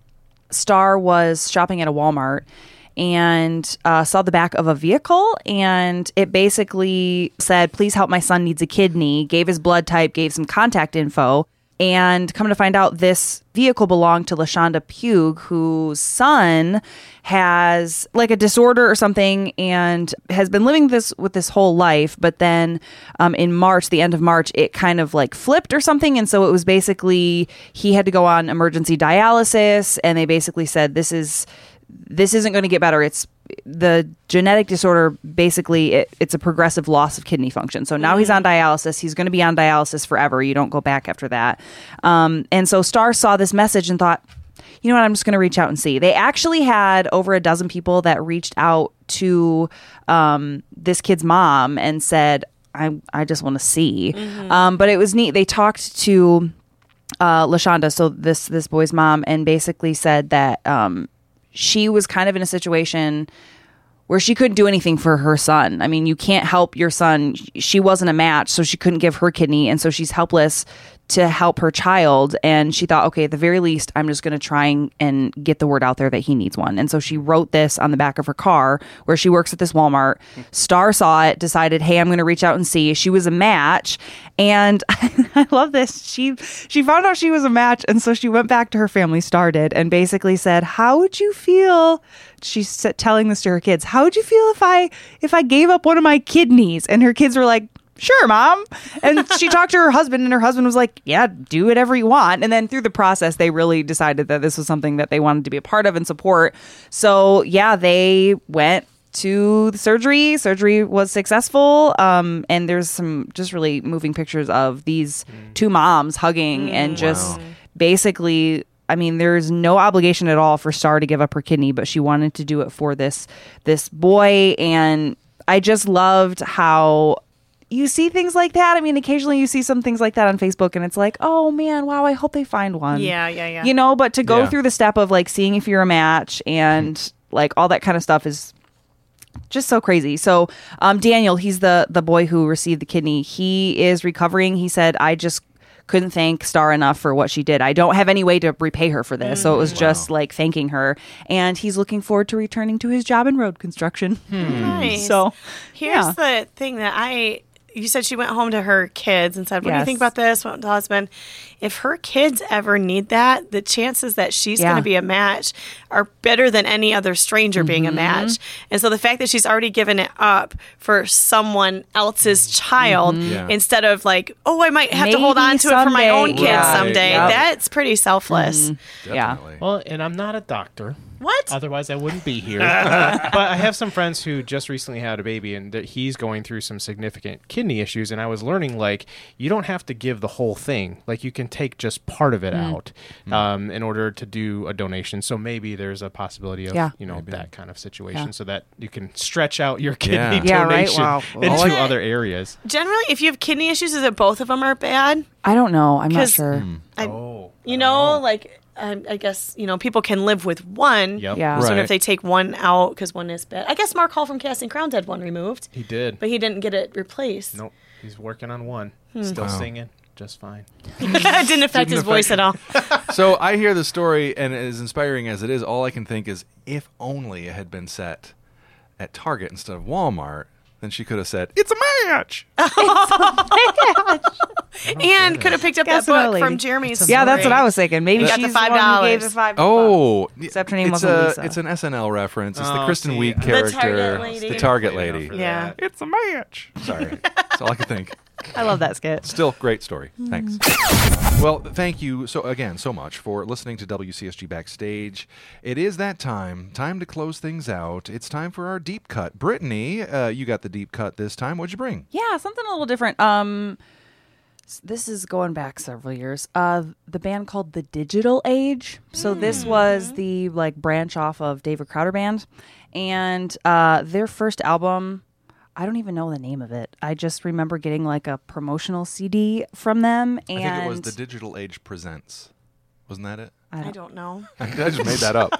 Speaker 4: Star was shopping at a Walmart and uh, saw the back of a vehicle and it basically said please help my son needs a kidney gave his blood type gave some contact info and come to find out this vehicle belonged to lashonda pugh whose son has like a disorder or something and has been living this with this whole life but then um, in march the end of march it kind of like flipped or something and so it was basically he had to go on emergency dialysis and they basically said this is this isn't going to get better. It's the genetic disorder. Basically, it, it's a progressive loss of kidney function. So now he's on dialysis. He's going to be on dialysis forever. You don't go back after that. Um, and so Star saw this message and thought, you know what? I'm just going to reach out and see. They actually had over a dozen people that reached out to um, this kid's mom and said, I, I just want to see. Um, but it was neat. They talked to uh, Lashonda, so this this boy's mom, and basically said that um, she was kind of in a situation where she couldn't do anything for her son. I mean, you can't help your son. She wasn't a match, so she couldn't give her kidney, and so she's helpless to help her child. And she thought, okay, at the very least, I'm just going to try and, and get the word out there that he needs one. And so she wrote this on the back of her car where she works at this Walmart. Star saw it, decided, hey, I'm going to reach out and see. She was a match, and [LAUGHS] I love this. She she found out she was a match, and so she went back to her family. Star did, and basically said, "How would you feel?" She's sa- telling this to her kids. How would you feel if I if I gave up one of my kidneys? And her kids were like, "Sure, mom." And she talked to her husband, and her husband was like, "Yeah, do whatever you want." And then through the process, they really decided that this was something that they wanted to be a part of and support. So yeah, they went to the surgery. Surgery was successful. Um, and there's some just really moving pictures of these two moms hugging
Speaker 3: Mm.
Speaker 4: and just basically. I mean, there's no obligation at all for Star to give up her kidney, but she wanted to do it for this this boy. And I just loved how you see things like that. I mean, occasionally you see some things like that on Facebook, and it's like, oh man, wow, I hope they find one.
Speaker 3: Yeah, yeah, yeah.
Speaker 4: You know, but to go
Speaker 5: Yeah.
Speaker 4: through the step of like seeing if you're a match and like all that kind of stuff is just so crazy. So um, Daniel, he's the the boy who received the kidney. He is recovering. He said, "I just couldn't thank Star enough for what she did. I don't have any way to repay her for this." So it was
Speaker 5: Mm.
Speaker 4: just like thanking her, and he's looking forward to returning to his job in road construction.
Speaker 5: Hmm.
Speaker 3: Nice.
Speaker 4: So
Speaker 3: Here's
Speaker 4: yeah.
Speaker 3: the thing that I. You said she went home to her kids and said, "What do you
Speaker 4: Yes.
Speaker 3: think about this?" Went to the husband. If her kids ever need that, the chances that she's
Speaker 4: Yeah.
Speaker 3: going to be a match are better than any other stranger being a match.
Speaker 4: Mm-hmm.
Speaker 3: And so the fact that she's already given it up for someone else's
Speaker 4: Mm-hmm.
Speaker 3: child
Speaker 5: Yeah.
Speaker 3: instead of like, "Oh, I might have to hold
Speaker 4: Maybe
Speaker 3: on to it for my
Speaker 4: someday." Mm-hmm.
Speaker 3: own kids
Speaker 4: Right,
Speaker 3: someday,"
Speaker 4: yep.
Speaker 3: that's pretty selfless.
Speaker 4: [LAUGHS] yeah.
Speaker 2: Well, and I'm not a doctor.
Speaker 3: What?
Speaker 2: Otherwise, I wouldn't
Speaker 5: [LAUGHS]
Speaker 2: be here. but I have some friends who just recently had a baby, and that he's going through some significant kidney issues. And I was learning like you don't have to give the whole thing; like you can take just part of it
Speaker 4: Mm.
Speaker 2: out
Speaker 5: Mm.
Speaker 2: um, in order to do a donation. So maybe there's a possibility of
Speaker 4: Yeah.
Speaker 2: you know that kind of situation, so that you can stretch out your [LAUGHS] kidney
Speaker 5: Yeah.
Speaker 4: Yeah, right?
Speaker 2: donation
Speaker 4: Wow.
Speaker 2: [LAUGHS] into
Speaker 5: All I-
Speaker 2: other areas.
Speaker 3: Generally, if you have kidney issues, is it both of them are bad?
Speaker 4: I don't know. I'm not
Speaker 3: 'Cause-
Speaker 4: sure.
Speaker 5: Hmm.
Speaker 3: I,
Speaker 5: Oh.
Speaker 3: you know, like um, I, I guess you know people can live with one.
Speaker 2: Yep.
Speaker 4: Yeah.
Speaker 3: So
Speaker 5: Oh, Right.
Speaker 3: if they take one out because one is bad, I guess Mark Hall from Casting Crowns had one removed,
Speaker 2: He did.
Speaker 3: but Hmm. he didn't get it replaced.
Speaker 2: Nope. He's working on one. Still singing, just fine.
Speaker 3: [LAUGHS] it didn't affect his voice at all.
Speaker 5: So I hear the story, and as inspiring as it is, all I can think is if only it had been set at Target instead of Walmart, Then she could have said, "It's a match."
Speaker 3: and could have picked up
Speaker 4: Guess
Speaker 3: that
Speaker 4: another
Speaker 3: book
Speaker 4: lady.
Speaker 3: from Jeremy's.
Speaker 4: Yeah,
Speaker 3: story.
Speaker 4: that's what I was thinking. Maybe
Speaker 3: You
Speaker 4: she's
Speaker 3: got the
Speaker 4: the one who
Speaker 3: $5.
Speaker 4: gave the five.
Speaker 5: Oh,
Speaker 4: Except her name
Speaker 5: it's
Speaker 4: wasn't
Speaker 5: a,
Speaker 4: Lisa.
Speaker 5: It's an SNL reference. It's the
Speaker 2: Oh,
Speaker 5: Kristen
Speaker 2: see,
Speaker 5: Wiig
Speaker 2: the
Speaker 5: character,
Speaker 3: Target lady.
Speaker 5: the target
Speaker 2: Played
Speaker 5: lady.
Speaker 2: off of [LAUGHS]
Speaker 3: Yeah.
Speaker 2: that.
Speaker 5: It's a match. Sorry, that's all I could think.
Speaker 4: I love that skit.
Speaker 5: Still, great story.
Speaker 2: Mm-hmm.
Speaker 5: Thanks. Well, thank you so again so much for listening to WCSG Backstage. It is that time. Time to close things out. It's time for our deep cut. Brittany, uh, you got the deep cut this time. What'd you bring?
Speaker 4: Yeah, something a little different. Um, s- this is going back several years. Uh, the band called the Digital Age. So this
Speaker 5: Hmm.
Speaker 4: was the like branch off of David Crowder Band, and uh, their first album. I don't even know the name of it. I just remember getting like a promotional CD from them, and
Speaker 5: I think it was the Digital Age Presents. Wasn't that it?
Speaker 3: I don't know.
Speaker 5: [LAUGHS] I just made that
Speaker 2: [LAUGHS]
Speaker 5: up.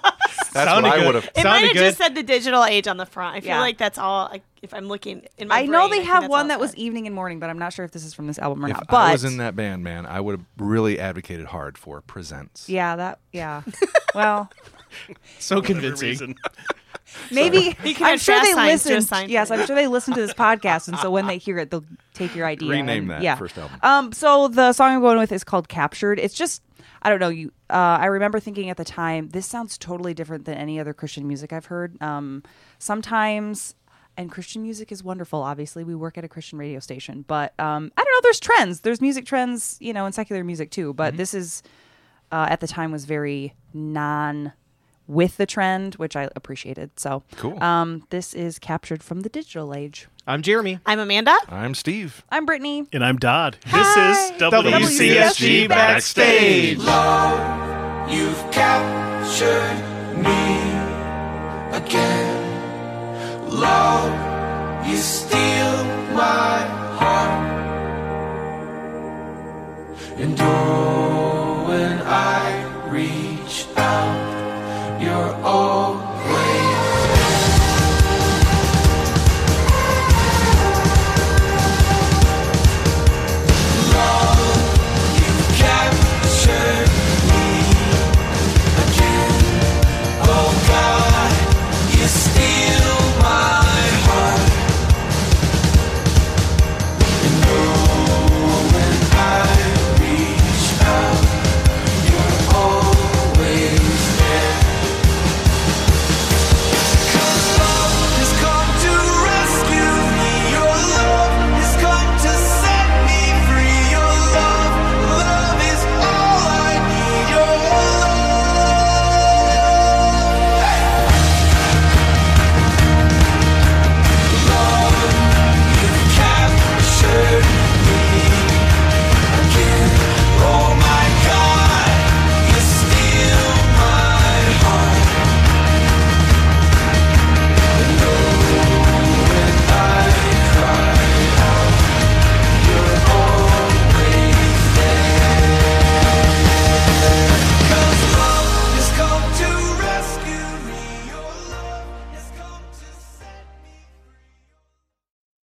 Speaker 5: That's
Speaker 2: Sounded
Speaker 5: what I
Speaker 2: good.
Speaker 5: would have.
Speaker 3: It might
Speaker 2: Sounded
Speaker 3: have
Speaker 2: good.
Speaker 3: just said the digital age on the front. I feel
Speaker 4: Yeah.
Speaker 3: like that's all. I, if I'm looking in my
Speaker 4: I know
Speaker 3: brain,
Speaker 4: they
Speaker 3: think
Speaker 4: have
Speaker 3: that's all
Speaker 4: one that
Speaker 3: it
Speaker 4: was
Speaker 3: said.
Speaker 4: evening and morning, but I'm not sure if this is from this album or
Speaker 5: If
Speaker 4: not. But
Speaker 5: I was in that band, man, I would have really advocated hard for Presents.
Speaker 4: yeah, that
Speaker 5: [LAUGHS]
Speaker 4: yeah. well,
Speaker 2: So
Speaker 8: Every
Speaker 2: convincing.
Speaker 8: reason.
Speaker 3: [LAUGHS]
Speaker 4: maybe
Speaker 3: can
Speaker 4: I'm
Speaker 3: add
Speaker 4: sure
Speaker 3: fast
Speaker 4: they
Speaker 3: signs to a
Speaker 4: listened.
Speaker 3: sign
Speaker 4: yes,
Speaker 3: for
Speaker 4: I'm sure they listened to this podcast, and so when they hear it, they'll take your idea.
Speaker 5: Rename
Speaker 4: and-
Speaker 5: that
Speaker 4: yeah.
Speaker 5: first album.
Speaker 4: Um, so the song I'm going with is called "Captured." It's just I don't know. You, uh, I remember thinking at the time, this sounds totally different than any other Christian music I've heard. Um, sometimes. And Christian music is wonderful. Obviously, we work at a Christian radio station, but um, I don't know. There's trends. There's music trends, you know, in secular music too. But
Speaker 5: Mm-hmm.
Speaker 4: this is uh, at the time was very non with the trend, which I appreciated. So
Speaker 5: Cool.
Speaker 4: Um, this is captured from the digital age.
Speaker 2: I'm Jeremy.
Speaker 3: I'm Amanda.
Speaker 5: I'm Steve.
Speaker 4: I'm Brittany.
Speaker 8: And I'm Dodd. This is
Speaker 2: WCSG
Speaker 8: WCSG
Speaker 2: Backstage.
Speaker 8: Backstage.
Speaker 7: You've captured me again. Love, you steal. Oh, oh